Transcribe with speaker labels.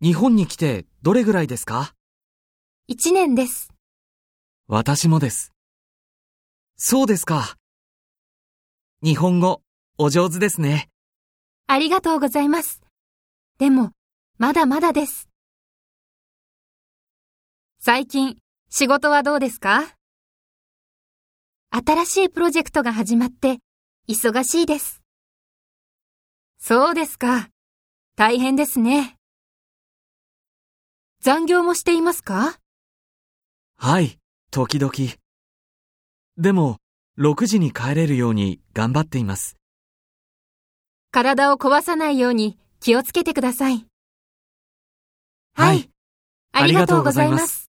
Speaker 1: 日本に来てどれぐらいですか
Speaker 2: 1年です。
Speaker 1: 私もです。そうですか。日本語、お上手ですね。
Speaker 2: ありがとうございます。でも、まだまだです。最近、仕事はどうですか新しいプロジェクトが始まって、忙しいです。そうですか。大変ですね。残業もしていますか
Speaker 1: はい、時々。でも、6時に帰れるように頑張っています。
Speaker 2: 体を壊さないように気をつけてください。
Speaker 1: はい
Speaker 2: ありがとうございます。